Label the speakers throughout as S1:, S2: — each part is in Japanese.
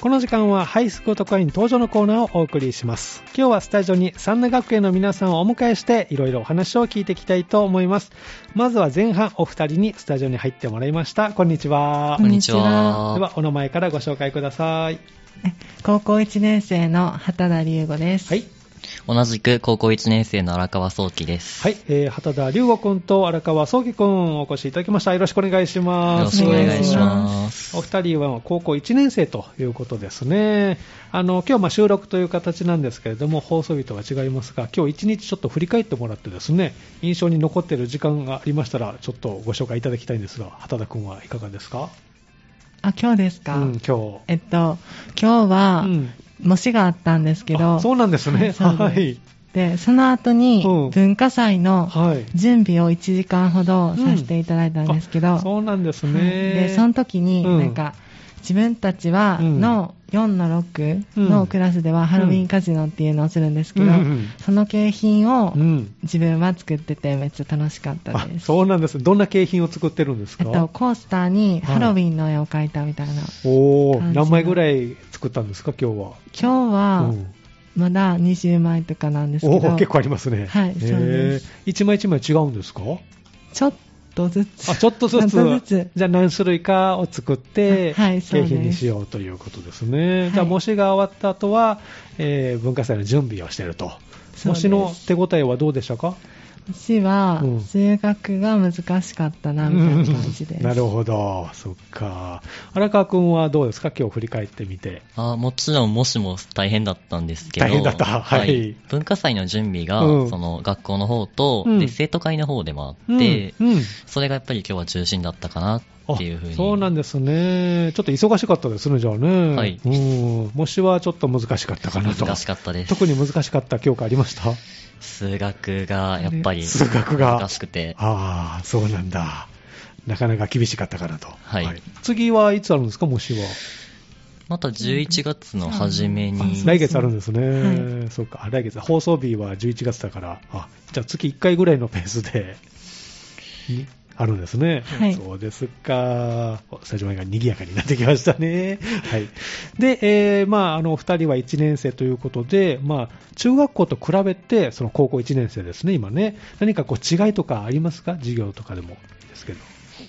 S1: この時間はハイスクート会員登場のコーナーをお送りします。今日はスタジオに三田学園の皆さんをお迎えしていろいろお話を聞いていきたいと思います。まずは前半お二人にスタジオに入ってもらいました。こんにちは。
S2: こん
S1: で
S2: にちは。
S1: はお名前からご紹介ください。
S3: 高校1年生の畑田龍吾です。
S1: はい。
S2: 同じく高校1年生の荒川聡輝です。
S1: はい、えー、畑田龍吾君と荒川聡輝君お越しいただきました。よろしくお願いし
S2: よ
S1: ま
S2: ろ
S1: す。
S2: しくお願いしま
S1: お
S2: す。
S1: 二人は高校1年生ということですね。あの、今日まあ収録という形なんですけれども、放送日とは違いますが、今日1日ちょっと振り返ってもらってですね、印象に残っている時間がありましたら、ちょっとご紹介いただきたいんですが、畑田君はいかがですか
S3: あ、今日ですか、
S1: うん、今日。
S3: えっと、今日は、
S1: うん
S3: 模試があったんですけど、
S1: あそうなんですね。
S3: そう
S1: は
S3: です
S1: い。
S3: で、その後に
S1: うん、
S3: 文化祭の
S1: はい。
S3: 準備を1時間ほどさせていただいたんですけど、
S1: あそうなんです
S3: はい
S1: ね。
S3: で、その時に、
S1: うん
S3: なんか、自分たちは、
S1: うん
S3: の4の6
S1: うん
S3: のクラスではハロウィンカジノっていうのをするんですけど、
S1: うんうん
S3: その景品を
S1: うん。
S3: 自分は作っててめっちゃ楽しかった
S1: あ
S3: です。
S1: そうなんです。どんな景品を作ってるんです
S3: え
S1: か
S3: っと、コースターにハロウィンの絵を描いたみたいな。
S1: おお、
S3: 感じの
S1: 何枚ぐらい作ったんですか、今日は。
S3: 今日
S1: う
S3: は
S1: ん
S3: まだ20枚とかなんです
S1: お
S3: け
S1: お
S3: ど、
S1: 結構ありますね。
S3: はいそうです
S1: へー一枚一枚違うん ですか
S3: ちょっとずつ。
S1: あ、ちょっとず
S3: ちょっとず
S1: つ
S3: つ。
S1: じゃあ何種類かを作って、
S3: あはいそう
S1: 景
S3: です
S1: 品にしようということですね。
S3: はい
S1: じゃあ、模試が終わった後は、えー文化祭の準備をしていると。
S3: す
S1: 模試の手応えはどうでしたか
S3: 私は
S1: うん
S3: 数学が難しかったな、みたいな感じで
S1: うん
S3: す。
S1: なるほど。そっか。荒川くんはどうですか今日振り返ってみて。
S2: あもちろん、もしも大変だったんですけど、
S1: 大変だったはい
S2: 文化祭の準備が、
S1: うん
S2: その学校の方と、
S1: うん
S2: で生徒会の方でもあ
S1: う
S2: っ
S1: ん
S2: て、
S1: うん
S2: それがやっぱり今日は中心だったかな
S1: あ
S2: っていうふうに。
S1: そうなんですね。ちょっと忙しかったですね、じゃあね。
S2: はい
S1: うん。模試はちょっと難しかったかなと。
S2: 難しかったです。
S1: 特に難しかった教科ありました
S2: 数学がやっぱり
S1: 数学が
S2: 難しくて、
S1: ああ、そうなんだ。なかなか厳しかったかなと。
S2: はい
S1: 次はいつあるんですか、模試は。
S2: また11月の初め
S3: あ
S2: に
S3: そう、
S1: 来月あるんです
S3: は
S1: ね。そうか、あ来月、放送日は11月だから、あじゃあ月1回ぐらいのペースで、にあるんですね。
S3: はい
S1: そうですか。おスタジオが賑やかになってきました ね。はい。で、えーまあ、あの、お二人は1年生ということで、まあ、中学校と比べて、その高校1年生ですね、今ね。何かこう違いとかありますか授業とかでもですけど。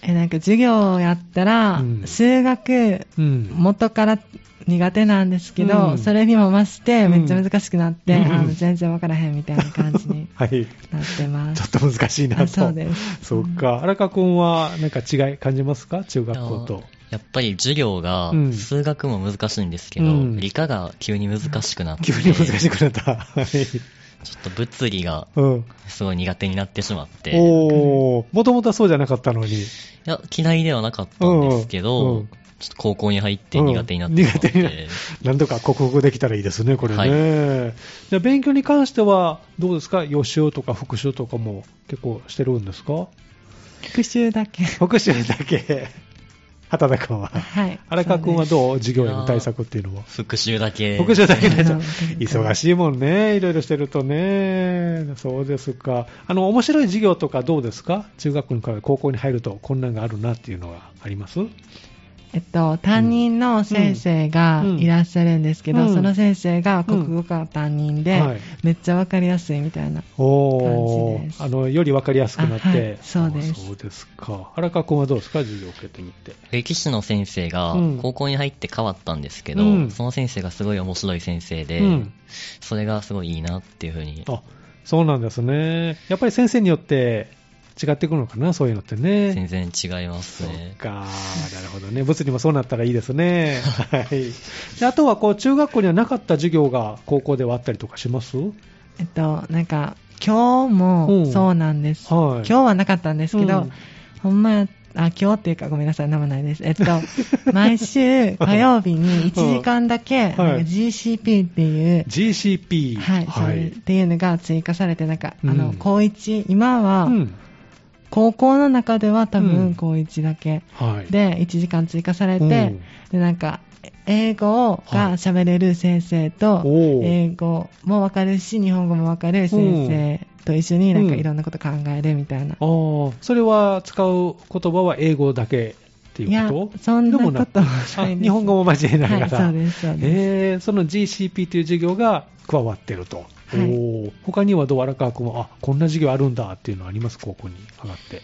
S3: え、なんか授業をやったら、
S1: うん
S3: 数学、
S1: うん。
S3: 元から苦手なんですけど、
S1: うん
S3: それにも増してめっちゃ難しくなって、
S1: うん
S3: あの全然わからへんみたいな感じに
S1: はい。
S3: なって ま
S1: ちょっ
S3: す。
S1: と難しい なと。
S3: あそうです
S1: そうか。荒川くんは、なんか違い感じますか中学校と。
S2: やっぱり授業が
S1: うん、
S2: 数学も難しいんですけど、
S1: うん
S2: 理科が急に難しくなって、
S1: 急に難しくなった。 はい。
S2: ちょっと物理が
S1: うん。
S2: すごい苦手になってしまって、い
S1: おー、もともとはそうじゃなかったのに。
S2: や、嫌いではなかったんですけ
S1: う
S2: ど、
S1: ん
S2: ちょっと高校に入って苦手になってしまっ
S1: うん苦
S2: て、
S1: なんとか克服できたらいいですね、これね。
S2: はい
S1: じゃあ勉強に関しては、どうですか予習とか復習とかも結構してるんです か
S3: 復習だけ。
S1: 復習だけ。畑田くん は。
S3: はい。
S1: 荒川くんは
S3: う
S1: どう授業への対策っていうのは。
S2: 復習だけ。
S1: 僕じゃだけにな っちゃう
S3: うん
S1: 忙しいもんね、いろいろしてるとね、そうですか、あの面白い授業とかどうですか、中学校から高校に入ると、こんなんがあるなっていうのはあります
S3: えっと、担任の先生が
S1: うん
S3: いらっしゃるんですけど、
S1: うん
S3: その先生が国語科担任で、
S1: うんはい
S3: めっちゃわかりやすいみたいな。
S1: お
S3: 感じで
S1: ー
S3: す
S1: あのより分かりやすくなって、
S3: あはいそうです
S1: あそうですか、荒川君はどうですか、授業を受けてみて。
S2: 歴史の先生が
S1: うん
S2: 高校に入って変わったんですけど、
S1: うん
S2: その先生がすごい面白い先生で、
S1: うん
S2: それがすごいいいなっていうふうに、
S1: あそうなんですね、やっぱり先生によって違ってくるのかな、そういうのってね。
S2: 全然違います
S1: そ
S2: ね
S1: っ。か、なるほどね。物理もそうなったらいいですね。はい。であとは、こう、中学校にはなかった授業が高校ではあったりとかします
S3: えっと、なんか、今日もそうなんです。
S1: うんはい
S3: 今日はなかったんですけど、
S1: うん
S3: ほんまや、あ、今日っていうかごめんなさい、名もないです。えっ と、毎週火曜日に1時間だけ、
S1: はい
S3: なんか GCP っていう、
S1: ?GCP。
S3: はい、それっていうのが追加されて、なんか、あ
S1: う
S3: の、
S1: ん
S3: 高1、今は、
S1: うん。
S3: 高校の中では多
S1: うん
S3: 分高1だけ。
S1: はい。、
S3: で、1時間追加されて、
S1: うん
S3: で、なんか、英語を
S1: はい
S3: が喋れる先生と、
S1: おー
S3: 英語もわかるし、日本語もわかる先生と一緒になんか
S1: うん
S3: いろんなこと考えるみたいな。
S1: ああ、それは使う言葉は英語だけっていうこと
S3: いやそんなことはないです
S1: あ日本語も交えながら、
S3: はいそうですそうです
S1: えーその GCP という授業が加わってると、
S3: はい
S1: おー他にはどう荒川君はあこんな授業あるんだっていうのはあります高校に上がって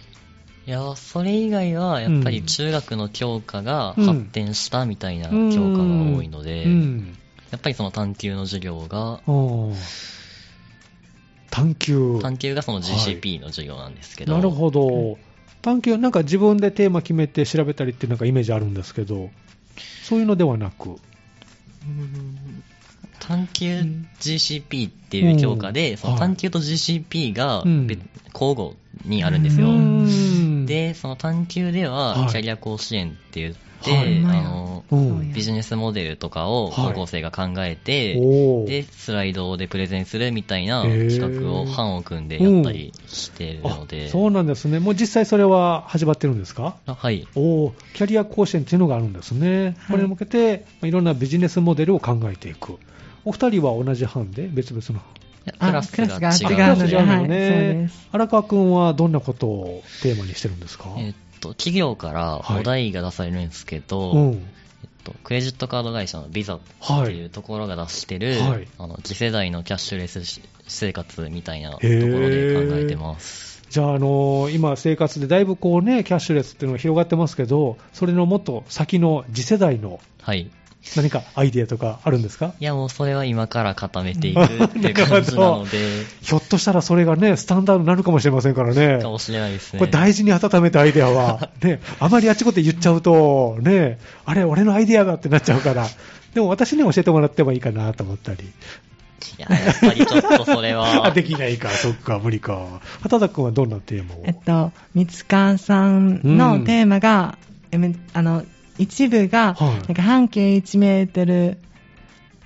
S2: いや、それ以外は、やっぱり中学の教科が発展したみたいな教科が多いので、
S1: うん
S2: やっぱりその探究の授業が、
S1: おー探究
S2: 探究がその GCP の授業なんですけど、
S1: なるほど、探究なんか自分でテーマ決めて調べたりっていうなんかイメージあるんですけどそういうのではなく
S2: 探
S1: う
S2: 究
S1: ん
S2: GCP っていう教科
S1: うん
S2: で、その探究と GCP が
S1: うん
S2: 別交互にあるんです
S1: う
S2: よ。
S1: ん
S2: で、その探究で
S1: は
S2: はいキャリア講師園って言って、
S1: はい
S2: あの、
S1: う
S3: そうや
S1: ん
S2: ビジネスモデルとか
S1: は
S2: を
S1: い
S2: 高校生が考えて、
S1: おー
S2: で、スライドでプレゼンするみたいな
S1: へー
S2: 企画を班を組んでやったりしてるので、
S1: あそうなんですね、もう実際それは始まってるんですか
S2: あはい。
S1: おーキャリア甲子園っていうのがあるんですね、これに向けてまあいろんなビジネスモデルを考えていく、お二人は同じ班で、別々の、
S2: いや
S3: あ
S2: クラス
S3: クラスが
S2: が
S3: 違うの
S2: 違うの
S3: で
S2: で、
S1: 違うの
S3: はいそうで
S1: ね
S3: す、
S1: 荒川君はどんなことをテーマにしてるんですか、
S2: えっと、企業から
S1: はい
S2: お題が出されるんですけど、
S1: うん、
S2: えっと、クレジットカード会社のビザって
S1: はい
S2: いうところが出してる、
S1: はい
S2: あの次世代のキャッシュレスし生活みたいなとこ
S1: へ
S2: ろで
S1: ー
S2: 考えてます。
S1: じゃあ、あのー今、生活でだいぶこう、ね、キャッシュレスっていうのが広がってますけど、それのもっと先の次世代の
S2: はい。
S1: 何かアイデアとかあるんですか
S2: いや、もうそれは今から固めていくって いう感じなので、
S1: ひょっとしたらそれがね、スタンダードになるかもしれませんからね。
S2: かもしれないですね。
S1: これ大事に温めたアイデアは、 ね、あまりあっちこっち言っちゃうと、ね、あれ、俺のアイデアだってなっちゃうから、でも私に教えてもらってもいいかなと思ったり、
S2: いや、やっぱりちょっとそれ
S1: あ
S2: は。
S1: できないか、そっか、無理か、畑田君はどんなテーマを、
S3: えっと、三塚さんのテーマが、えめあの一部が、
S1: はい
S3: なんか半径1メートル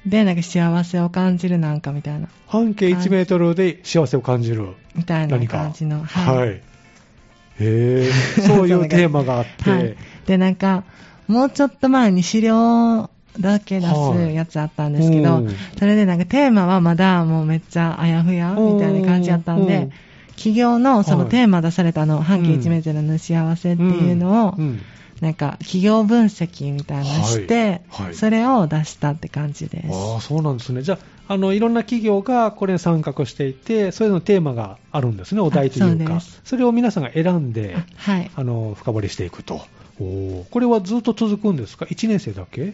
S3: でなんか幸せを感じるなんかみたいな、
S1: 半径1メートルで幸せを感じる、
S3: みたいな
S1: 何か、
S3: 感じの、
S1: はい へーそういうテーマがあって、
S3: はいで、なんか、もうちょっと前に資料だけ出
S1: は
S3: す
S1: い
S3: やつあったんですけど、
S1: うん
S3: それでなんかテーマはまだもうめっちゃあやふやみたいな感じやったん
S1: う
S3: で
S1: ん、
S3: 企業のその
S1: はい
S3: テーマ出されたあの、半径
S1: うん
S3: 1メートルの幸せっていうのを、
S1: うんうん
S3: なんか企業分析みたいなのして、
S1: はいはい
S3: それを出したって感じです。
S1: ああそうなんですね、じゃああの、いろんな企業がこれに参画していて、それぞれのテーマがあるんですね、お題という
S3: あそうで
S1: か、
S3: す
S1: それを皆さんが選んで、
S3: はい。
S1: あの深掘りしていくと、おーこれはずっと続くんですか、1年生だけ
S2: い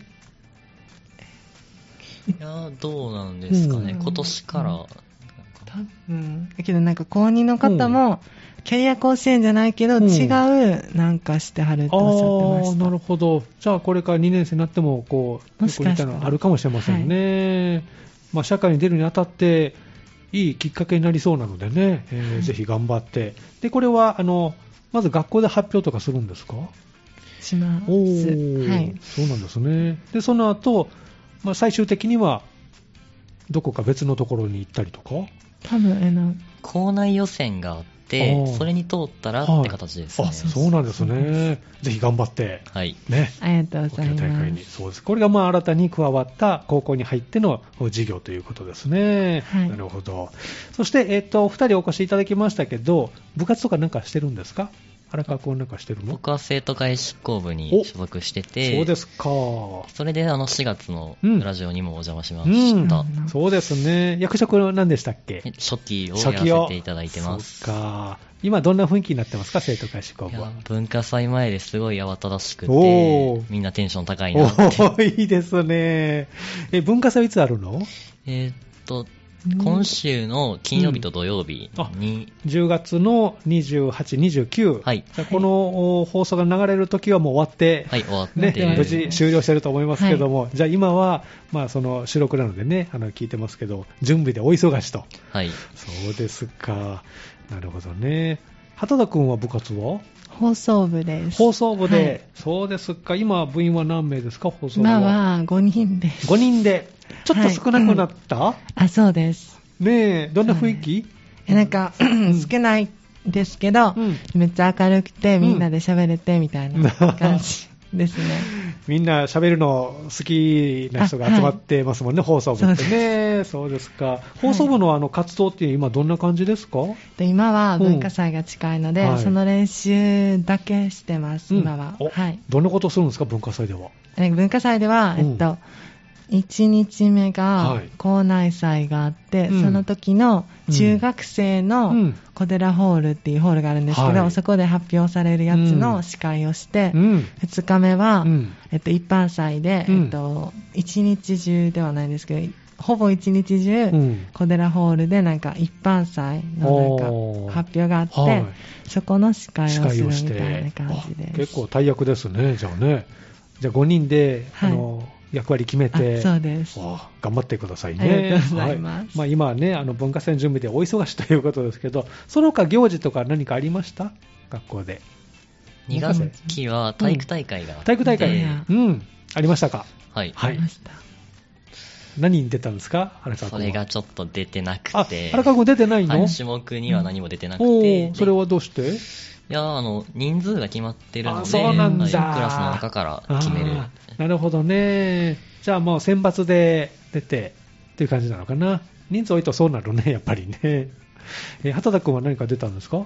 S2: や、どうなんですかね。
S3: うん
S2: 今年から。
S3: 多分だけどなんか公認の方も、キャリア甲子園じゃないけど、
S1: うん
S3: 違うなんかしてはるっ
S1: あ
S3: て
S1: あ
S3: おっしゃってまし
S1: ー
S3: た。
S1: なるほど、じゃあこれから2年生になってもこう、
S3: も
S1: よ
S3: し
S1: く
S3: か
S1: 似
S3: した
S1: た
S3: ら
S1: のあるかもしれませんね、まあ、社会に出るにあたって、いいきっかけになりそうなのでね、えー
S3: はい
S1: ぜひ頑張って、でこれはあのまず学校で発表とかするんですか
S3: します。
S1: おー
S3: はい。
S1: そうなんですね。で、その後、まあ、最終的には、どこか別のところに行ったりとか
S3: 多分、えの、
S2: 校内予選があっ
S1: あ
S2: て
S1: ー、
S2: それに通ったら
S1: はい
S2: って形ですね。
S1: あ、そうなんですね。ぜひ頑張って、
S2: はい。
S1: ね。
S3: ありがとうご
S1: 大
S3: ざい
S1: きな大会
S3: ま
S1: に
S3: す。
S1: そうですこれがまあ新たに加わった高校に入っての授業ということですね、
S3: はい
S1: なるほどそして、えっとお二人お越しいただきましたけど部活とかなんかしてるんですか荒川君なんかしてるの
S2: 僕は生徒会執行部に所属してて、
S1: そうですか
S2: それであの4月のラジオにもお邪魔しま
S1: う
S2: した。
S1: ん、そうですね役職は何でしたっけ
S2: 初期をやらせていただいてます。
S1: そうか。今どんな雰囲気になってますか、生徒会志向
S2: い
S1: 部は
S2: や。文化祭前ですごい慌ただしく
S1: おー
S2: て、みんなテンション高い
S1: お
S2: なって。
S1: ーいいですね。え、文化祭はいつあるの
S2: えーっと、今週の金曜日と土曜日に、
S1: ?10 月の28、29。
S2: はい
S1: じゃあこのお放送が流れる時はもう終わって、
S2: はい、終わって、
S1: ね、
S3: で
S1: 無事終了してると思いますけども、じゃあ今は、まあその収録なのでね、あの聞いてますけど、準備でお忙しと。
S2: はい。
S1: そうですか。なるほどね。畑田君は部活は
S3: 放送部です。
S1: 放送部で、
S3: はい
S1: そうですか、今、部員は何名ですか、放送部
S3: 今
S1: は。
S3: は5人です。
S1: 5人で、ちょっと少なくなった、
S3: あ、そうです。
S1: ねえ、どんな雰囲気、
S3: えなんか、少ないですけど、
S1: うん
S3: めっちゃ明るくて、
S1: うん
S3: みんなで喋れてみたいな感じ。ですね。
S1: みんな喋るの好きな人が集まってますもんね、放送部ってね。そうですか。放送部のあの活動って今どんな感じですか、
S3: で今は文化祭が近いので、
S1: うんはい
S3: その練習だけしてます、今は
S1: うん。お
S3: はい。
S1: どんなことするんですか、文化祭では。
S3: え文化祭では、
S1: うん
S3: えっと、1日
S1: は
S3: 目が
S1: い
S3: 校内祭があって、
S1: うん
S3: その時の中学生
S1: う
S3: の
S1: ん
S3: 小寺ホールっていうホールがあるんですけど、
S1: はい
S3: そこで発表されるやつ
S1: うん
S3: の司会をして、
S1: うん。
S3: 2日目は、
S1: うん
S3: えっと、一般祭で、
S1: うん
S3: えっと、1日中ではないんですけどほぼ1日中、
S1: うん
S3: 小寺ホールでなんか一般祭のなん
S1: おー
S3: か発表があって、
S1: はい
S3: そこの司会
S1: 司
S3: をす
S1: 会
S3: る
S1: を
S3: み
S1: して
S3: たいな感じです
S1: あ結構大役ですね、じゃあね。じゃあ5人で、
S3: はい
S1: あの役割決めて。
S3: あそうです
S1: あ頑張ってくださいね。
S3: ありがとうございます
S1: はまあ、今はね、あの文化祭の準備でお忙しいということですけど、その他行事とか何かありました学校で。
S2: 2学期は体育大会があって
S1: 体育大会、
S3: で
S1: うん、ありましたか。
S2: はい。
S1: はい
S3: ありました
S1: 何に出たんですか荒川
S2: そ
S1: 君は。
S2: れがちょっと出てなく
S1: あ
S2: て、、
S1: 荒川君出てないの、
S2: はい種目には何も出てなく
S1: お
S2: て、
S1: ーそれはどうして
S2: いやーあの人数が決まってるの
S1: あ
S2: で、
S1: そうなんだ
S2: はいクラスの中から決める。
S1: あーなるほどね。じゃあもう選抜で出てっていう感じなのかな。人数多いとそうなるね、やっ ぱりね。えー、畑田君は何か出たんですか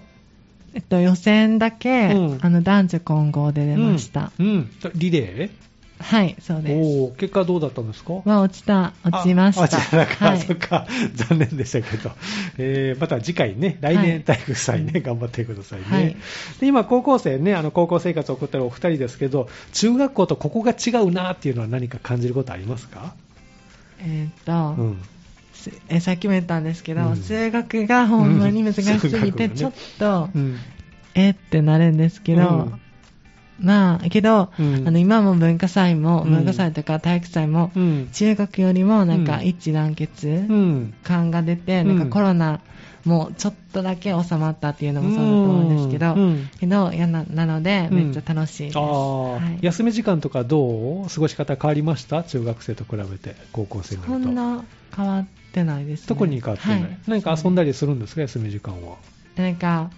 S3: えっと、予選だけ、
S1: うん
S3: あの男女混合で出ました、
S1: うん。うんリレ
S3: はいそう
S1: ー
S3: です
S1: おー結果どうだったんですか
S3: は落ちた落ちました
S1: あ落ちたか、
S3: はい、
S1: そっか、 残念でしたけど、えーまた次回ね、来年体育祭ね、頑張ってくださいね。
S3: はい
S1: で今、高校生ね、あの高校生活を送ってるお二人ですけど、中学校とここが違うなっていうのは何か感じることありますか、
S3: え
S1: う
S3: ーっと、
S1: ん、
S3: すえさっきも言ったんですけど、
S1: うん
S3: 数学がほんまに難しすぎて、
S1: うん
S3: ちょっと、
S1: うん
S3: えってなるんですけど、
S1: うん
S3: まあけど、
S1: うん
S3: あの今も文化祭も、
S1: うん
S3: 文化祭とか体育祭も、
S1: うん
S3: 中学よりもなん
S1: う
S3: か
S1: ん
S3: 一致団結、
S1: うん
S3: 感が出て、
S1: うん
S3: なんかコロナもちょっとだけ収まったっていうのもそうだと思うんですけど、
S1: うんうん
S3: けどいやななので
S1: うん
S3: めっちゃ楽しいです、
S1: あー
S3: はい、
S1: 休み時間とかどう過ごし方変わりました中学生と比べて高校生になる
S3: そ
S1: と
S3: んな変わってないですね
S1: 特に変わってない、
S3: はい
S1: 何か遊んだりするんですか休み時間は
S3: なんか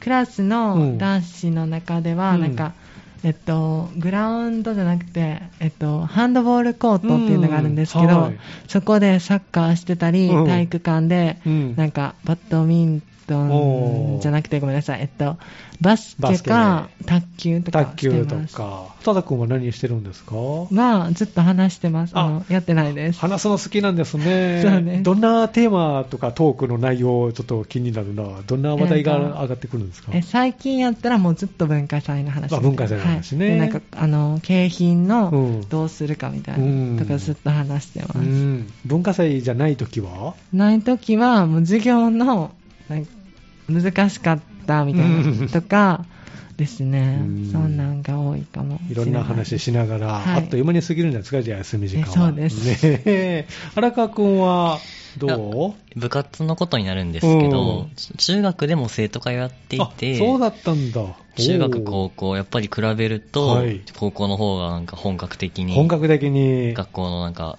S3: クラスの男子の中では、
S1: うん
S3: なんかえっと、グラウンドじゃなくて、えっと、ハンドボールコートっていうのがあるんですけど、
S1: うんはい
S3: そこでサッカーしてたり、
S1: うん
S3: 体育館で、
S1: うん
S3: なんかバドミント
S1: お
S3: ン
S1: ー
S3: じゃなくてごめんなさい、えっと、バス
S1: バ
S3: ケ
S1: スケね
S3: か卓球とか
S1: 卓
S3: して
S1: 球と
S3: ます。
S1: か多田君は何してるんですか
S3: まあ、ずっと話してます。
S1: あ
S3: あのやってないです。
S1: 話すの好きなんですね
S3: そうね
S1: どんなテーマとかトークの内容ちょっと気になるなどんな話題が上がってくるんですか
S3: え最近やったらもうずっと文化祭の話
S1: あ文化祭の話ね
S3: はいでなんかあの景品
S1: う
S3: の
S1: ん
S3: どうするかみたい
S1: うん
S3: なとかずっと話してます、
S1: うん文化祭じゃない時は
S3: ない時はもう授業のなんか難しかったみたい
S1: うん
S3: なとかですね、
S1: うん
S3: そんなんが多いかもしれ
S1: いろんな話しながら、
S3: はい
S1: あっという間に過ぎるんじゃないですか、じゃあ休み時間は。
S3: えそうです
S1: ねえ荒川くんは、どう
S2: 部活のことになるんですけ
S1: う
S2: ど、
S1: ん
S2: 中学でも生徒会をやってい
S1: あ
S2: て、
S1: そうだったんだ。
S2: 中学、
S1: お
S2: 高
S1: ー
S2: 校、やっぱり比べると、
S1: はい
S2: 高校の方がなんか本格的に、
S1: 本格的に、
S2: 学校のなんか、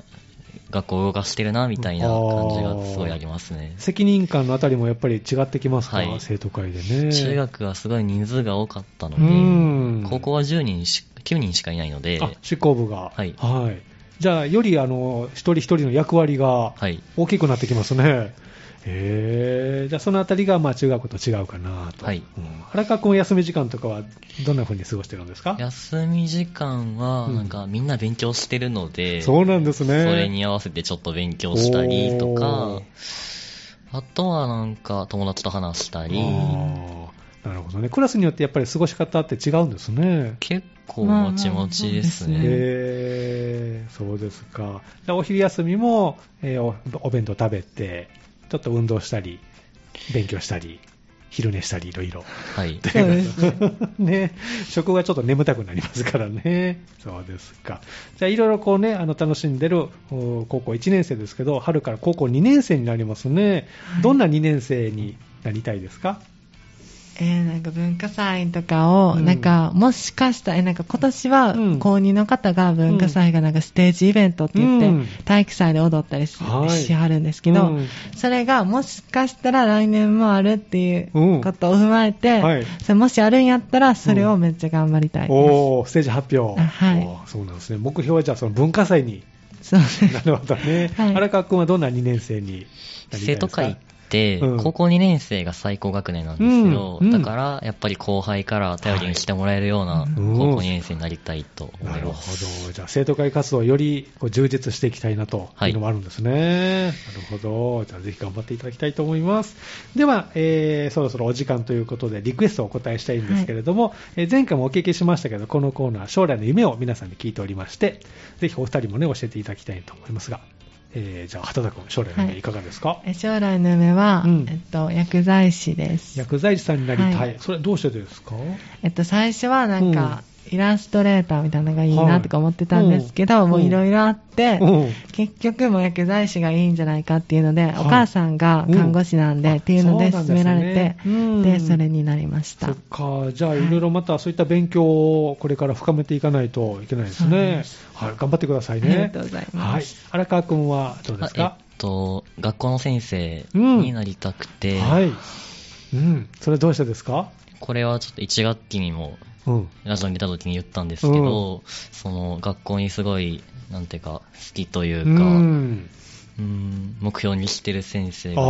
S2: 学校を動かしてるな、みたいな感じがすごいありますね。
S1: 責任感のあたりもやっぱり違ってきますか、
S2: はい
S1: 生徒会でね。
S2: 中学はすごい人数が多かったの
S1: う
S2: で
S1: ん、
S2: 高校は10人し、9人しかいないので、
S1: あ、執行部が。
S2: はい
S1: じゃあ、より、あの、一人一人の役割が
S2: はい
S1: 大きくなってきますね。へえじゃあそのあたりが、まあ、中学と違うかなと。
S2: はい
S1: うん荒川くんは休み時間とかは、どんな風に過ごしてるんですか
S2: 休み時間は、
S1: うん
S2: なんかみんな勉強してるので、
S1: そうなんですね。
S2: それに合わせてちょっと勉強したりと
S1: お
S2: か
S1: ー、
S2: あとはなんか友達と話したり、
S1: あーなるほどね。クラスによってやっぱり過ごし方って違うんですね。
S2: 結構もちもちです
S3: まあまあま
S2: ね。
S1: へーそうですか。じゃあお昼休みも、えーおお弁当食べて、ちょっと運動したり、勉強したり、昼寝したり、いろいろ。
S2: はい。
S3: そうですね
S1: ね、食後はちょっと眠たくなりますからね。そうですか。じゃあ、いろいろこうね、あの、楽しんでるお高校1年生ですけど、春から高校2年生になりますね。どんな2年生になりたいですか
S3: えーなんか文化祭とかを、
S1: うん
S3: なんかもしかしたら、えーなんか今年は
S1: うん
S3: 高2の方が文化祭がなんかステージイベントって言って、
S1: うん
S3: 体育祭で踊ったりし,、
S1: はい
S3: はるんですけど、
S1: うん
S3: それがもしかしたら来年もあるっていう
S1: うん
S3: ことを踏まえて、
S1: はい
S3: それもしあるんやったらそれをめっちゃ頑張りたいです。
S1: おー、ステージ発表。
S3: あはい
S1: おーそうなんですね。目標はじゃあその文化祭に。
S3: そう
S1: なるほどね。
S3: はい
S1: 荒川君はどんな2年生になりたいですか
S2: 生徒会って
S1: うん、
S2: 高校2年生が最高学年なんですよ。
S1: うんうん
S2: だから、やっぱり後輩から頼りにしてもらえるような
S3: はい
S1: うん
S2: 高校2年生になりたいと思
S1: ないる
S2: ま
S1: ほ
S2: す。
S1: ど。じゃあ、生徒会活動をよりこう充実していきたいなと
S2: はいいう
S1: のもあるんですね。なるほど。じゃあ、ぜひ頑張っていただきたいと思います。では、えーそろそろお時間ということで、リクエストをお答えしたいんですけれども、えー前回もお聞きしましたけど、このコーナー、将来の夢を皆さんに聞いておりまして、ぜひお二人もね、教えていただきたいと思いますが、えーじゃあ、畑田君、将来の
S3: は
S1: 夢
S3: い
S1: いかがですか、
S3: え将来の夢は、
S1: うん
S3: えっと、薬剤師です。
S1: 薬剤師さんになりたい。
S3: はい
S1: それ、どうしてですか
S3: えっと、最初はなんか、イラストレーターみたいなのがいいなとか思ってたんですけど、
S1: はい
S3: もういろいろあって、
S1: うん
S3: 結局もう薬剤師がいいんじゃないかっていうので、
S1: い
S3: お母さんが看護師なんで、
S1: うん
S3: っていうの
S1: あ
S3: で
S1: そうなん
S3: 勧
S1: ですね
S3: められて、
S1: うん
S3: でそれになりました
S1: そっか、じゃあ、いろいろまたそういった勉強をこれから深めていかないといけないです
S3: そうなん
S1: ね
S3: で。
S1: はい、頑張ってください
S3: ありが
S1: ね
S3: と。うござい
S1: は
S3: ま
S1: い
S3: す、、
S1: 荒川君はどうで
S2: あ
S1: す
S2: えっ
S1: か、
S2: と、学校の先生
S1: うん
S2: になりたくて、
S1: はい、うん、それどうしてですか、
S2: これはちょっと1学期にも
S1: うん、
S2: ラジオに出た時に言ったんですけど、その学校にすごい、なんていうか、好きといううか、
S1: ん、
S2: うん目標にしてる先生がいて、
S1: あ
S2: ま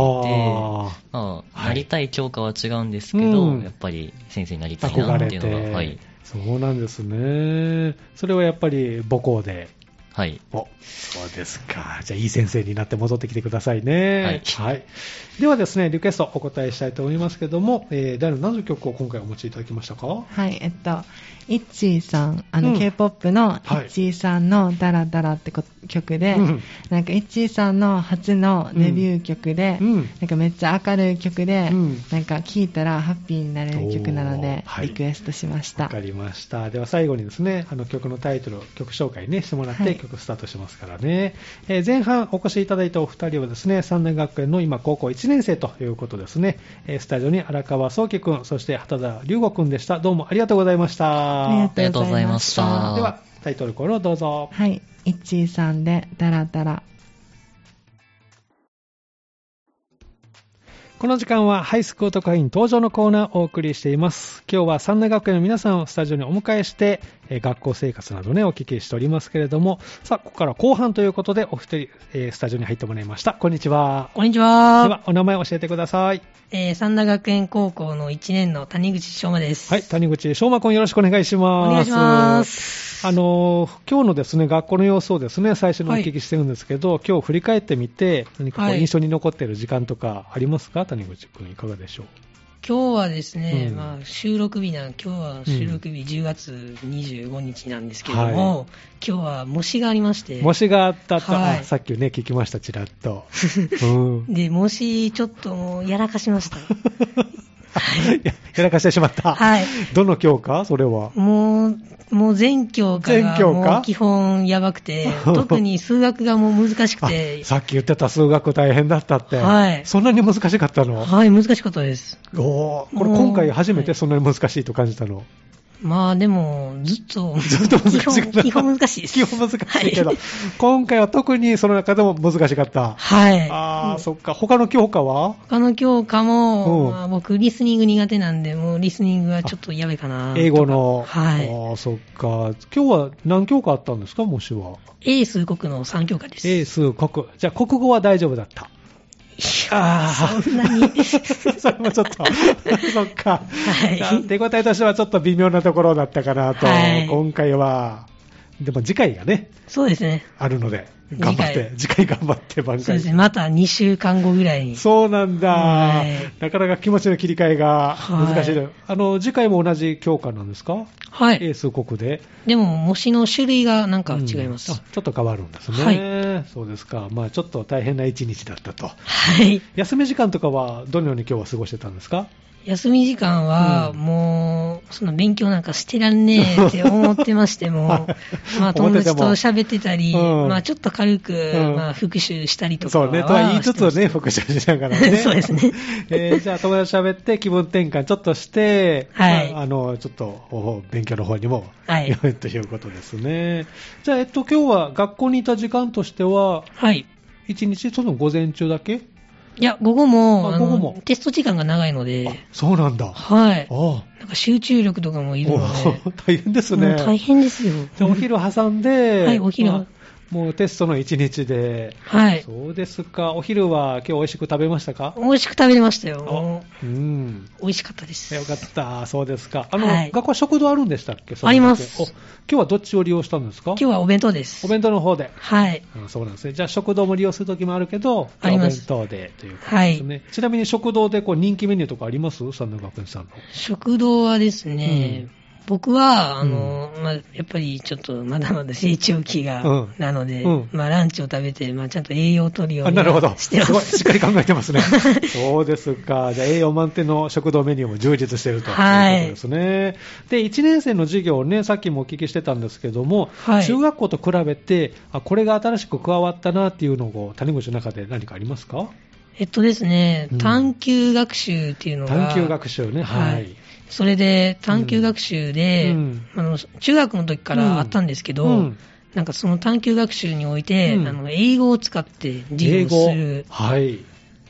S2: あ、
S1: はい
S2: なりたい教科は違うんですけど、
S1: うん
S2: やっぱり先生になり
S1: あ、
S2: たいな
S1: 憧
S2: っ
S1: れ
S2: ていうのが、
S1: て、
S2: はい。
S1: そうなんですね、それはやっぱり母校で。
S2: はい。
S1: お、そうですか。じゃあ、いい先生になって戻ってきてくださいね。
S2: はい
S1: ではですね、リクエストお答えしたいと思いますけども、えー、誰の何の曲を今回お持ちいただきましたか
S3: はい、えっと、イッチーさん、あ
S1: う
S3: の、
S1: ん
S3: K-POP のイ
S1: はい
S3: ッチーさんのダラダラってこ曲で、
S1: うん
S3: なんかイッチーさんの初のデビュー曲で、
S1: うん
S3: なんかめっちゃ明るい曲で、
S1: うん
S3: なんか聴いたらハッピーになれる曲なの
S1: おー
S3: で、
S1: はい
S3: リクエストしました。
S1: わかりました。では最後にですね、あの曲のタイトル、曲紹介ね、してもらっ
S3: は
S1: て
S3: い
S1: 曲スタートしますからね。えー前半お越しいただいたお二人はですね、三年学園の今高校1年生ということですね。えースタジオに荒川宗樹くん、そして畑田龍吾くんでした。どうもありがとうございました。
S3: ありが
S2: ありがとうございました。
S3: あ
S1: では、タイトルコールをどうぞ。
S3: はい、イッチーさんでダラダラ。
S1: この時間はハイスクート会員登場のコーナーをお送りしています。今日は三大学園の皆さんをスタジオにお迎えして、えー学校生活などね、お聞きしておりますけれども、さあ、ここから後半ということで、お二人、えースタジオに入ってもらいました。こんにちは。
S4: こんにち
S1: で
S4: は。
S1: は、お名前教えてください。
S4: えー、三田学園高校の1年の谷口翔馬です。
S1: はい、。谷口翔馬くんよろしくお願いします。
S4: お願いします。
S1: あのー今日のですね学校の様子をですね最初にお聞きしてるんですけど、今日振り返ってみて、何かこう
S4: はい
S1: 印象に残っている時間とかありますか、谷口くん、いかがでしょう。
S4: 今日はですね、
S1: うん
S4: まあ、収録日なん、今日は収録日10月25日なんですけど
S1: は
S4: も、今日は模試がありまして、
S1: もしがあったと、
S4: はい
S1: あさっきね、聞きました、ちらっと。 うん、
S4: で、模試ちょっともうやらかし ました。
S1: や やらかしてしまった。
S4: はい。
S1: どの教科それは。
S4: もう、もう全教科
S1: 全教
S4: が
S1: 科
S4: もう基本やば くて、特に数学がもう難しく
S1: あ
S4: て、
S1: さっき言ってた数学大変だったって。
S4: はい
S1: そんなに難しかったの、
S4: はい、難しかったです。
S1: おーこれ
S4: もう
S1: 今回初め
S4: は
S1: て
S4: い
S1: そんなに難しいと感じたの。
S4: まあでも、ずっ と、
S1: ずっと難しかった
S4: 基本基本難しいで す。
S1: 基本難しいけど、
S4: はい
S1: 今回は特にその中でも難しかった。
S4: はい。
S1: ああ、そっか。他の教科は
S4: 他の教科
S1: うん
S4: も、まあ僕、リスニング苦手なんで、もうリスニングはちょっとやべかな。
S1: 英語の。
S4: はい
S1: ああ、そっか。今日は何教科あったんですかもしは。
S4: 英数国の3教科です。
S1: 英数国。じゃあ、国語は大丈夫だった。ああ、
S4: そんなに。
S1: それもちょっ と、そっか。
S4: はい
S1: じゃあ手応えとしてはちょっと微妙なところだったかなと、
S4: はい
S1: 今回は。でも次回がね、
S4: そうですね。
S1: あるので、頑張って、次回頑張って挽
S4: そう
S1: 回
S4: で
S1: し
S4: す
S1: て
S4: ね。また2週間後ぐらいに。
S1: そうなんだ
S4: はい。
S1: なかなか気持ちの切り替えが難しいの。
S4: は
S1: あの、次回も同じ教科なんですか
S4: は
S1: 英
S4: い。
S1: 数国で。
S4: でも、模試の種類がなんか違います。
S1: うんあちょっと変わるんですね。そうですか。まあ、ちょっと大変な一日だったと。
S4: はい。
S1: 休み時間とかはどのように今日は過ごしてたんですか
S4: 休み時間は、
S1: うん
S4: もう、その勉強なんかしてらんねえって思ってまし ても、まあ友達と喋ってたり、
S1: うん
S4: まあちょっと軽く、
S1: うん
S4: まあ復習したりとか
S1: そう
S4: は
S1: ね、とは言いつ
S4: してま
S1: つ
S4: した
S1: ね、復習しながらね。
S4: そうですね。
S1: えーじゃあ、友達と喋って、気分転換ちょっとして、
S4: はい
S1: まあ、あの、ちょっと、お勉強の方にも、
S4: はい
S1: ということですね。じゃあ、えっと、今日は学校にいた時間としては、
S4: はい。
S1: 一日、その午前中だけ
S4: いや、午後も、
S1: あ
S4: あの
S1: 午後も
S4: テスト時間が長いので
S1: あ、、そうなんだ。あ
S4: はい。
S1: あ。
S4: なんか集中力とかもいるので、
S1: お 大変です
S4: も
S1: ね
S4: う。大変ですよ。
S1: でお昼挟んで、
S4: はいお昼
S1: まあもうテストの一日で、
S4: はい。
S1: そうですか、お昼は今日美味しく食べましたか
S4: 美味しく食べれましたよ。
S1: うん。
S4: 美味しかったです。
S1: よかった、そうですか。あの、
S4: はい
S1: 学校は食堂あるんでしたっけその時
S4: あります
S1: お今日はどっちを利用したんですか
S4: 今日はお弁当です
S1: お。弁当の方で。
S4: はい。
S1: うんそうなんですね。じゃあ食堂も利用するときもあるけど、
S4: あり
S1: お
S4: ま
S1: 弁
S4: す
S1: 当でということですね。ちなみに食堂でこう人気メニューとかあります三田学園さんの。
S4: 食堂はですね、
S1: うん
S4: 僕は、あの、まあ、やっぱりちょっとまだまだ成長期が、
S1: うん
S4: なので、
S1: うん
S4: まあ、ランチを食べて、まあ、ちゃんと栄養を取るよう
S1: あ
S4: に
S1: なるほど。
S4: してます
S1: ごいし
S4: す
S1: っ。かり考えて ますね。そうですか。じゃあ、栄養満点の食堂メニューも充実しているということ
S4: はい
S1: ですね。で、1年生の授業をね、さっきもお聞きしてたんですけども、
S4: はい
S1: 中学校と比べてあ、これが新しく加わったなっていうのを、谷口の中で何かありますか
S4: えっとですね
S1: うん、
S4: 探究学習っていうのが、
S1: 探究学習ね。は
S4: はいい。それで探究学習
S1: う
S4: で、
S1: ん
S4: あの、中学の時からあったんですけど、
S1: うん
S4: なんかその探究学習において、
S1: うん
S4: あの英語を使って
S1: 英
S4: 授業を
S1: 語
S4: する。
S1: はい。
S4: っ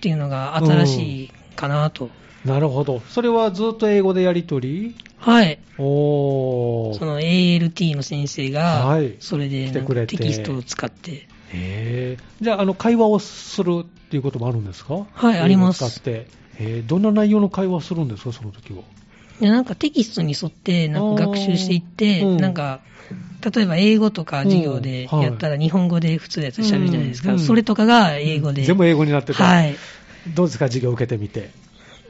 S4: ていうのが新しいかなと。
S1: なるほど。それはずっと英語でやりとり
S4: はい。
S1: お
S4: そ
S1: ー。
S4: の ALT の先生
S1: は
S4: が
S1: い、
S4: それで
S1: 来てくれて
S4: テキストを使って、
S1: へーじゃあ、あの、会話をするっていうこともあるんですか
S4: はいあります
S1: 英語を使って。えーどんな内容の会話をするんですか、その時は。
S4: でなんかテキストに沿ってなんか学習していって、
S1: あーうん
S4: なんか、例えば英語とか授業で
S1: うんはい
S4: やったら日本語で普通のやつ喋るじゃないですか。
S1: うん
S4: それとかが英語で。
S1: 全部英語になってて。
S4: はい。
S1: どうですか、授業を受けてみて。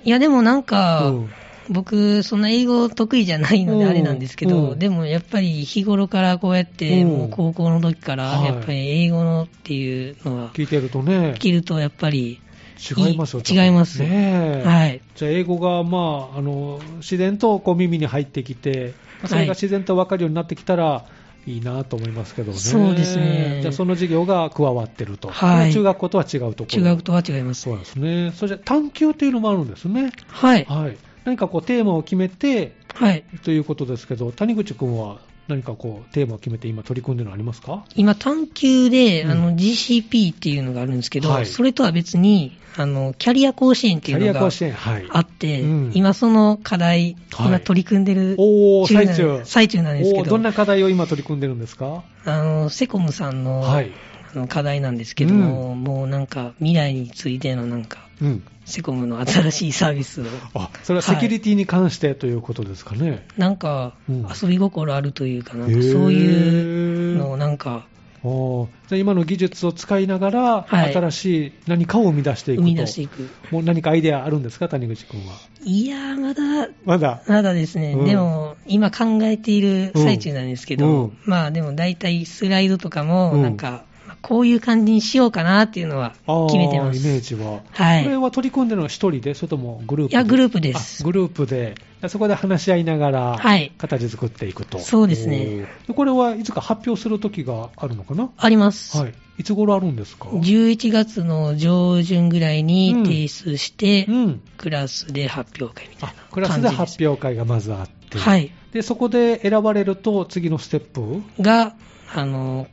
S4: いやでもなんか、
S1: うん
S4: 僕、そんな英語得意じゃないので
S1: うん
S4: あれなんですけど、
S1: うん
S4: でもやっぱり日頃からこうやって、
S1: うん
S4: もう高校の時から、
S1: はい
S4: やっぱり英語のっていうのは、
S1: 聞いてるとね、
S4: 切るとやっぱり、
S1: 違いますよ、
S4: い違います
S1: ねえ
S4: はい。
S1: じゃあ、英語が、まあ、あの、自然とこう耳に入ってきて、まあそれが
S4: はい
S1: 自然と分かるようになってきたら、いいなと思いますけどね。
S4: そうですね
S1: じゃあ、その授業が加わってると。
S4: はい
S1: 中学校とは違うところ。
S4: 中学とは違います
S1: そう。なんですね。そして探究というのもあるんですね。
S4: はい。
S1: はい。何かこうテーマを決めて
S4: はい。
S1: ということですけど、谷口くんは何かこうテーマを決めて今取り組んでるのありますか
S4: 今、探究で、
S1: うん
S4: あの、GCP っていうのがあるんですけど、
S1: はい
S4: それとは別に、あの、キャリア甲子園って
S1: キ
S4: い
S1: ャ
S4: う
S1: リ
S4: の
S1: ア
S4: が
S1: 甲子園、はい。
S4: あって、
S1: うん
S4: 今その課題、
S1: はい
S4: 今取り組んでる
S1: おー、最
S4: な
S1: 中。
S4: 最中なんですけ
S1: おーど
S4: ど、
S1: んな課題を今取り組んでるんですか
S4: あの、セコムさんの、
S1: はい。
S4: あの課題なんですけども、もうなんか未来についてのなんか、
S1: うん。
S4: セコムの新しいサービスを、
S1: あ、それはセキュリティに関してということですかね。
S4: なんか
S1: うん
S4: 遊び心あるというか、なん
S1: へ
S4: か
S1: ー
S4: そういうのをなんか
S1: おーじゃあ今の技術を使いながら、
S4: はい
S1: 新しい何かを生み出していく
S4: 生
S1: と。
S4: み出していく。
S1: もう何かアイデアあるんですか谷口くんは。
S4: いやー、まだ、
S1: まだ。
S4: まだですね、
S1: うん
S4: でも今考えている最中なんですけど、
S1: うん
S4: まあでも大体スライドとかも
S1: うん
S4: なんか、まあこういう感じにしようかなっていうのは
S1: あー
S4: 決めてま
S1: イメー
S4: す。
S1: ジは。
S4: はい
S1: これは取り組んでるのは一人で、それともグループ
S4: いや、グ
S1: ー
S4: ループです
S1: あ。グループで、そこで話し合いながら、
S4: はい
S1: 形作っていくと。
S4: そうですね
S1: おー。でこれはいつか発表する時があるのかな
S4: あります。
S1: はい。いつ頃あるんですか
S4: 11月の上旬ぐらいに提出して、
S1: うん。
S4: クラスで発表会みた
S1: あ
S4: いな感じです。
S1: クラスで発表会がまずあって、
S4: はい。
S1: でそこで選ばれると、次のステップ、
S4: が、あの、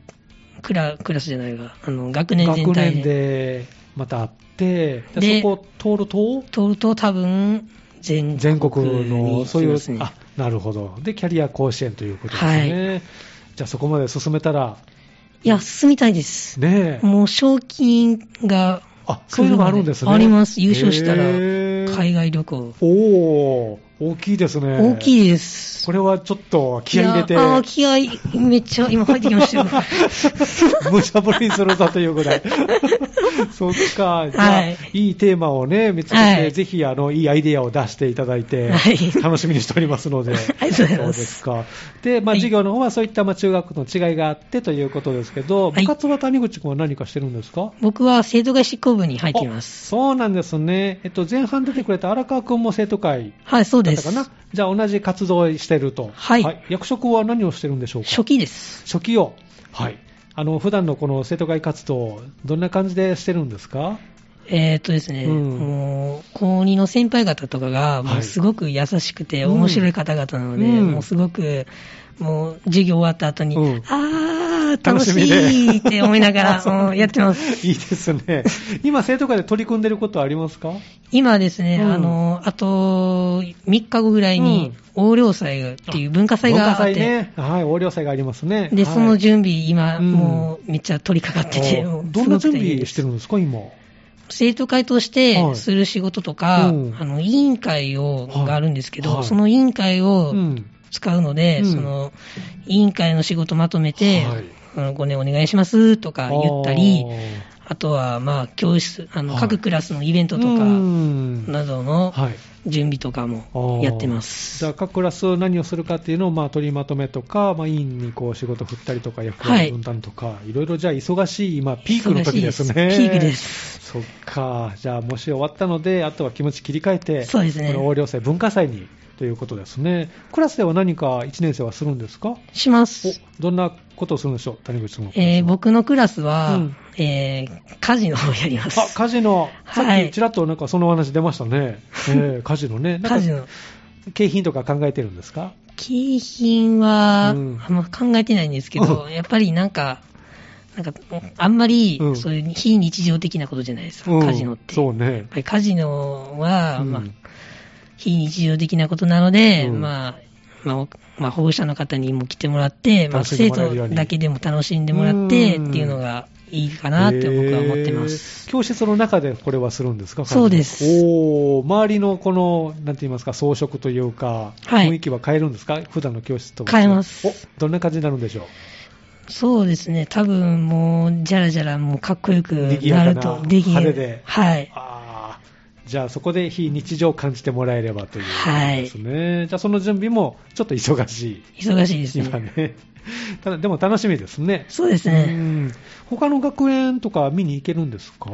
S4: クラ、クラスじゃないが、あの、学年
S1: 学
S4: 全体
S1: 年
S4: で
S1: でまたあって、でそ
S4: で
S1: こを通ると、
S4: 通ると多分、全
S1: 全国
S4: に
S1: の、
S4: 行
S1: そう
S4: き
S1: いう、
S4: ますね
S1: あ、なるほど。で、キャリア甲子園ということですね。じゃあそこまで進めたら、
S4: いや、進みたいです。
S1: ねえ。
S4: もう賞金が、
S1: あ、そういうのがあるんですね。
S4: あります。優勝したら
S1: へえ、
S4: 海外旅行。
S1: おーお大きいですね。
S4: 大
S1: い。
S4: きいです。
S1: これはちょっと気合い入れて
S4: い、やあー気合い、めっちゃ今入ってきましたよ。
S1: 無茶ぶりするぞというぐらい。 そっか。じゃあ、
S4: はい
S1: い、いテーマをね、見つけて、
S4: はい
S1: ぜひ、あの、いいアイデアを出していただいて、
S4: はい
S1: 楽しみにしておりますので。
S4: ありがとうござい
S1: そうで
S4: ま。
S1: すすか。で、まあ、
S4: はい
S1: 授業の方はそういった、まあ、中学の違いがあってということですけど、
S4: はい
S1: 部活は谷口君は何かしてるんですか
S4: 僕は生徒会執行部に入っています。
S1: あそうなんですね。えっと、前半出てくれた荒川君も生徒会
S4: はい、そ
S1: だ
S4: う
S1: っ
S4: で
S1: た
S4: す
S1: か。な。じゃあ、同じ活動をしてると。
S4: はい
S1: 役職は何をしてるんでしょうか
S4: 初期です。
S1: 初期を、はい、あの普段のこの生徒会活動、どんな感じでしてるんですか、
S4: えーっとですね、
S1: うん
S4: もう、高2の先輩方とかが、も
S1: は
S4: う
S1: い
S4: すごく優しくて、
S1: うん
S4: 面白い方々なので、
S1: うん
S4: もうすごく、もう、授業終わった後に、
S1: うん
S4: あー、
S1: 楽
S4: 楽
S1: し
S4: し
S1: みで
S4: いって思いなが
S1: あそう
S4: ら、もうやってま す。
S1: いいですね、今、生徒会で取り組んでることありますか
S4: 今ですね、
S1: うん
S4: あの、あと、3日後ぐらいに、横領祭っていう文化祭があっ
S1: 文
S4: て、
S1: 化祭ね、はい、横領祭がありますね。
S4: で、
S1: はい
S4: その準備、今、
S1: うん
S4: もう、めっちゃ取り掛かってて、もう
S1: どんな準
S4: すごく大変
S1: 備
S4: です
S1: してるんですか、今。
S4: 生徒会とし
S1: は
S4: て
S1: い
S4: する仕事とか、
S1: うん
S4: あの委員会を、
S1: はい
S4: があるんですけど、
S1: はい
S4: その委員会を
S1: うん
S4: 使うので、
S1: うん
S4: その委員会の仕事まとめて、
S1: はい
S4: あのごねお願いしますとか言ったり、
S1: あ
S4: あとはまあ教室、あの
S1: はい
S4: 各クラスのイベント
S1: ー
S4: とか
S1: うん
S4: などの
S1: はい
S4: 準備とか
S1: あ
S4: も
S1: ー
S4: やってます。
S1: じゃあ、各クラス何をするかっていうのを、まあ、取りまとめとか、まあ、委員にこう仕事振ったりとか、役
S4: は
S1: 割
S4: い
S1: 分担とか、い、ろいろじゃあ、忙しい、今、ピークの時ですね。
S4: 忙しいですピークです。
S1: そっか、じゃあ、もし終わったので、あとは気持ち切り替えて、
S4: そうですね
S1: この横領祭、文化祭にということですね。クラスでは何か1年生はするんですか
S4: します。
S1: おどんなことをするんでしょう、谷口さんのクラスは。
S4: えー僕のクラスは、
S1: うん
S4: えー家事の方をやります。
S1: あ、カジノ。さ
S4: は
S1: っ
S4: い
S1: きちらっとなんかそのお話出ましたね。えー、カジノね。なんか
S4: 家事の。
S1: 景品とか考えてるんですか
S4: 景品は、
S1: うん
S4: あんま考えてないんですけど、
S1: う
S4: やっぱりなんか、なんか、あんまり
S1: うん、
S4: そういう非日常的なことじゃないですか、
S1: うん
S4: カジノって。
S1: そ
S4: や
S1: う
S4: っ
S1: ね。
S4: ぱりカジノは、
S1: うん
S4: まあ、非日常的なことなので、
S1: うん
S4: まあ、まあ、まあ、保護者の方にも来てもらって、まあ、
S1: 楽しんで
S4: 生
S1: もらえるよう
S4: 徒
S1: に
S4: だけでも楽しんでもらって、
S1: うん
S4: っていうのがいいかなって僕は思ってま
S1: え
S4: す。
S1: ー教室の中でこれはするんですか
S4: そうです
S1: おー周りのこの、なんて言いますか、装飾というか、
S4: はい
S1: 雰囲気は変えるんですか普段の教室とは
S4: 変えます
S1: お、どんな感じになるんでしょう
S4: そうですね、多分もう、じゃらじゃらもうかっこよく
S1: 賑や
S4: な
S1: かな
S4: ると、でき
S1: 派手で
S4: はい。
S1: あーじゃあそこで非日常を感じてもらえればということ
S4: はい
S1: ですね。じゃあその準備もちょっと忙し
S4: 忙しいで
S1: い。
S4: す
S1: 今
S4: ね。
S1: ね。ただ、でも楽しみですね。
S4: そうです
S1: う
S4: ね。
S1: ん他の学園とか見に行けるんですか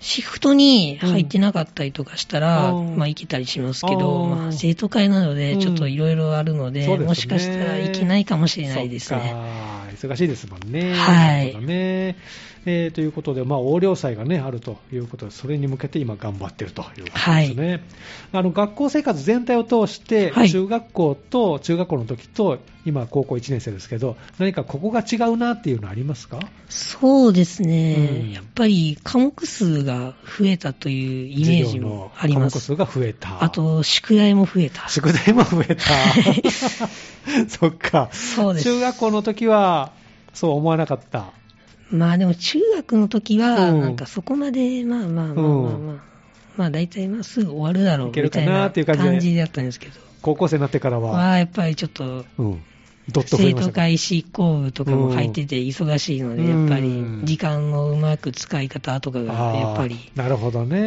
S4: シフトに入ってなかったりとかしたら、
S1: うん
S4: まあ行けたりしますけ
S1: あ
S4: ど、
S1: ー
S4: まあ生徒会なの
S1: う
S4: で、
S1: ん
S4: ちょっといろいろあるので、
S1: そうですね
S4: もしかしたら行けないかもしれないです
S1: そっ
S4: ね。
S1: か忙しいですもんね。
S4: はい
S1: なるほどねえーということで、まあ、横領祭が、ね、あるということで、それに向けて今、頑張ってるということですね。あの学校生活全体を通して、
S4: はい
S1: 中学校と中学校の時と、今、高校1年生ですけど、何かここが違うなっていうのありますか
S4: そうです
S1: うん
S4: ね。やっぱり科目数が増えたというイメージ
S1: 授業
S4: も
S1: の
S4: ありま
S1: 科目
S4: す。
S1: 数が増えた。
S4: あと、宿題も増えた。
S1: 宿題も増えた。 そっか。
S4: そうです
S1: 中学校の時は、そう思わなかった。
S4: まあでも中学の時は、
S1: うん
S4: なんかそこまで、まあまあまあまあまあ、まあ大体まあすぐ終わるだろう
S1: い
S4: み
S1: けるか
S4: たい
S1: な
S4: な
S1: っていう感じで
S4: 感じだったんですけど。
S1: 高校生になってからは、
S4: まあやっぱりちょっと、
S1: うん、どっと増えまし
S4: 生徒
S1: たね。
S4: 会執行部とかも入ってて忙しいので、
S1: うん
S4: やっぱり時間のうまく使い方とかが、
S1: あー
S4: やっぱり、
S1: なるほどね、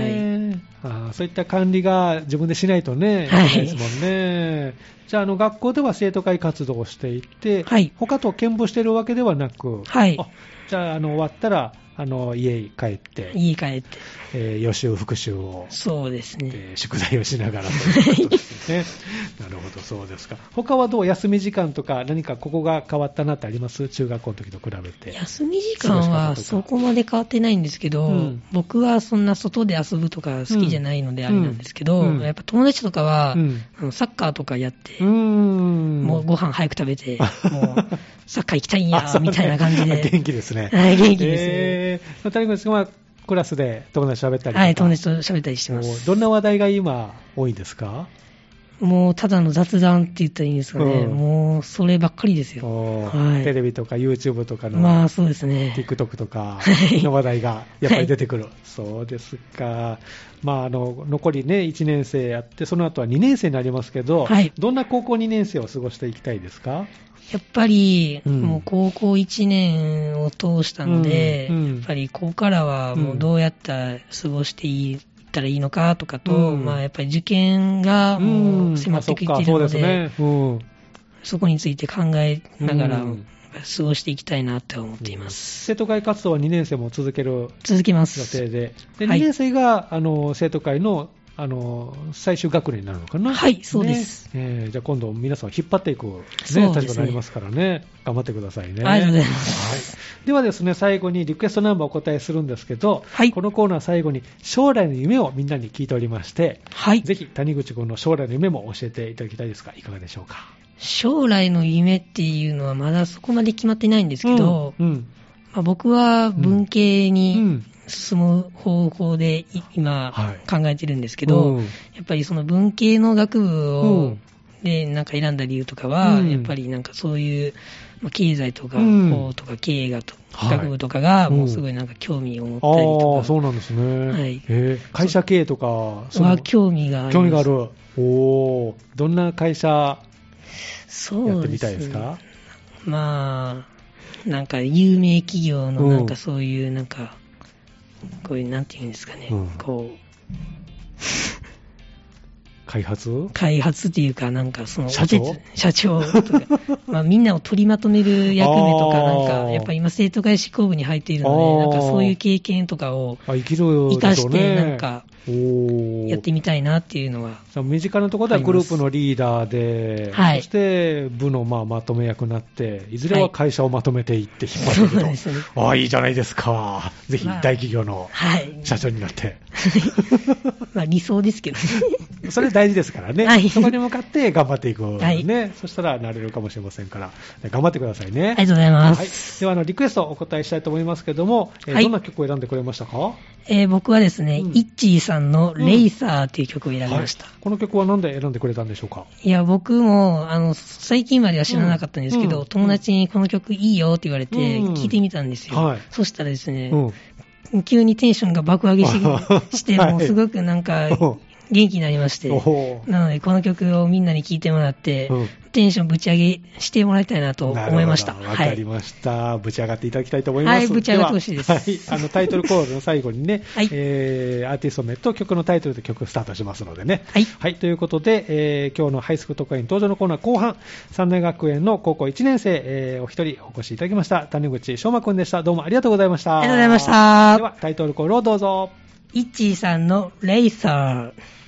S1: あ
S4: は
S1: ーそういった管理が自分でしないとね、
S4: はい
S1: けないですもんね。じゃああの、学校では生徒会活動をしていて、
S4: はい
S1: 他と兼務しているわけではなく、
S4: はい
S1: あじゃああの、終わったらあの家に帰って、
S4: 家帰って、
S1: えー予習、復習を
S4: そうですね。
S1: えー宿題をしながらということですね。 なるほど、そうですか。他はどう休み時間とか、何かここが変わったなってあります中学校の時と比べて。
S4: 休み時間はそこまで変わってないんですけど、
S1: うん
S4: 僕はそんな外で遊ぶとか好きじゃないので
S1: うん
S4: あれなんですけど、
S1: うん
S4: やっぱ友達とかは、
S1: うん
S4: あのサッカーとかやって、
S1: うーん。
S4: もうご飯早く食 べて、もうサッカー行きたいんや、みたいな感じで。
S1: 元気ですね。
S4: はい元気ですね
S1: えー、谷口君はクラスで友達と喋ったりとか
S4: はい、友達と喋ったりしてます。
S1: おどんな話題が今多いんですか
S4: もうただの雑談って言ったらいいんですかね、
S1: うん
S4: もうそればっかりですよ。
S1: おー
S4: はい
S1: テレビとか YouTube とかの、
S4: まあそうですね。
S1: TikTok とか
S4: い
S1: の話題がやっぱり出てくる、そうですか、まあ、あの残り、ね、1年生やって、その後は2年生になりますけど、
S4: はい
S1: どんな高校2年生を過ごしていきたいですか、
S4: やっぱり、
S1: うん
S4: もう高校1年を通したので、
S1: うんうん
S4: やっぱりここからはもうどうやったら過ごしていい。ったらいいのかとかと、
S1: うん
S4: まあやっぱり受験がもう迫ってきている
S1: あそっか
S4: ので、
S1: そうですね、うん、
S4: そこについて考えながら
S1: うん
S4: 過ごしていきたいなって思っています。
S1: 生徒会活動は2年生も続ける
S4: 続きま
S1: 予
S4: す。
S1: 定で、で2
S4: はい
S1: 年生が、あの生徒会のあの最終学年になるのかな。
S4: はい、そうです。
S1: ねえーじゃあ今度皆さんを引っ張っていく、ね
S4: そうですね
S1: 立場になりますからね頑張ってくださいね
S4: ありがとうございます。
S1: はい、ではですね最後にリクエストナンバーお答えするんですけど、
S4: はい
S1: このコーナー最後に将来の夢をみんなに聞いておりまして、
S4: はい。
S1: ぜひ谷口君の将来の夢も教えていただきたいですがいかがでしょうか
S4: 将来の夢っていうのはまだそこまで決まってないんですけど、
S1: うんうん
S4: まあ、僕は文系
S1: う
S4: に
S1: ん
S4: 進む方向でい今
S1: はい
S4: 考えてるんですけど、
S1: うん
S4: やっぱりその文系の学部
S1: う
S4: を
S1: ん
S4: でなんか選んだ理由とかは、
S1: うん
S4: やっぱりなんかそういう、まあ、経済とか
S1: うん
S4: 法とか経営がと、
S1: はい
S4: 学部とかがもうすごいなんか興味を持ったりと
S1: あ
S4: か
S1: あ、そうなんですね、
S4: はい
S1: えー会社経営とかそういう
S4: は
S1: の
S4: 興味があります
S1: 興味があるおーどんな会社
S4: そう
S1: やってみたいですか
S4: まあ、なんか有名企業
S1: う
S4: の
S1: ん
S4: なんかそういうなんか、こういうなんていうんですかね、
S1: うん
S4: こう
S1: 開発
S4: 開発っていうかなんかその
S1: 社長
S4: お手伝い社長 とか、まあみんなを取りまとめる役目とか
S1: あ
S4: なん
S1: ー
S4: かやっぱ今生徒会執行部に入っているの
S1: あ
S4: で
S1: ー
S4: なんかそういう経験とかを
S1: あ生きる
S4: 生か
S1: でしょ
S4: し
S1: うね
S4: てなんか
S1: おー
S4: やってみたいなっていうのは、
S1: さあ身近なところではグループのリーダーで、
S4: はい
S1: そして部のまあまとめ役になって、いずれは会社をまとめていって引っ張
S4: そう
S1: っていくと、
S4: ですね。
S1: ああ、いいじゃないですか、ぜひ
S4: まあ
S1: 大企業の
S4: はい。
S1: 社長になって、
S4: まあ理想で すけどね。
S1: それ大事ですからね、
S4: はい
S1: そこに向かって頑張っていく、ね
S4: はい
S1: そしたらなれるかもしれませんから、頑張ってくださいね。
S4: ありがとうございま
S1: はい
S4: す。、
S1: ではあのリクエストお答えしたいと思いますけども、えー
S4: はい
S1: どんな曲を選んでくれましたか、
S4: えー僕はですね、
S1: うん
S4: イッチーさんのレイサーっていう曲を選びました。
S1: はいこの曲は何で選んでくれたんでしょうか
S4: いや、僕も、あの、最近までは知らなかったんですけ
S1: うん
S4: ど、
S1: うん
S4: 友達にこの曲いいよって言われて、
S1: うん
S4: 聞いてみたんですよ。
S1: はい
S4: そしたらですね、
S1: うん
S4: 急にテンションが爆上げしして、
S1: はい
S4: もうすごくなんか、
S1: お
S4: 元気になりまして、
S1: おー
S4: なので、この曲をみんなに聞いてもらって、
S1: うん
S4: テンションぶち上げしてもらいたいなと思いました。
S1: なるほどわかりました、ぶち上がっていただきたいと思います。
S4: はいぶち上がってほしいです
S1: ははい、あ のタイトルコールの最後にね、
S4: はい
S1: えーアーティスト名と曲のタイトルで曲スタートしますのでね。
S4: はい
S1: ということで、えー今日のハイスクール特派員登場のコーナー後半、三大学園の高校1年生、えーお一人お越しいただきました、谷口翔真くんでした。どうもありがとうございました。
S4: ありがとうございました
S1: では、タイトルコールをどうぞ。
S4: イッチーさんのレイサー。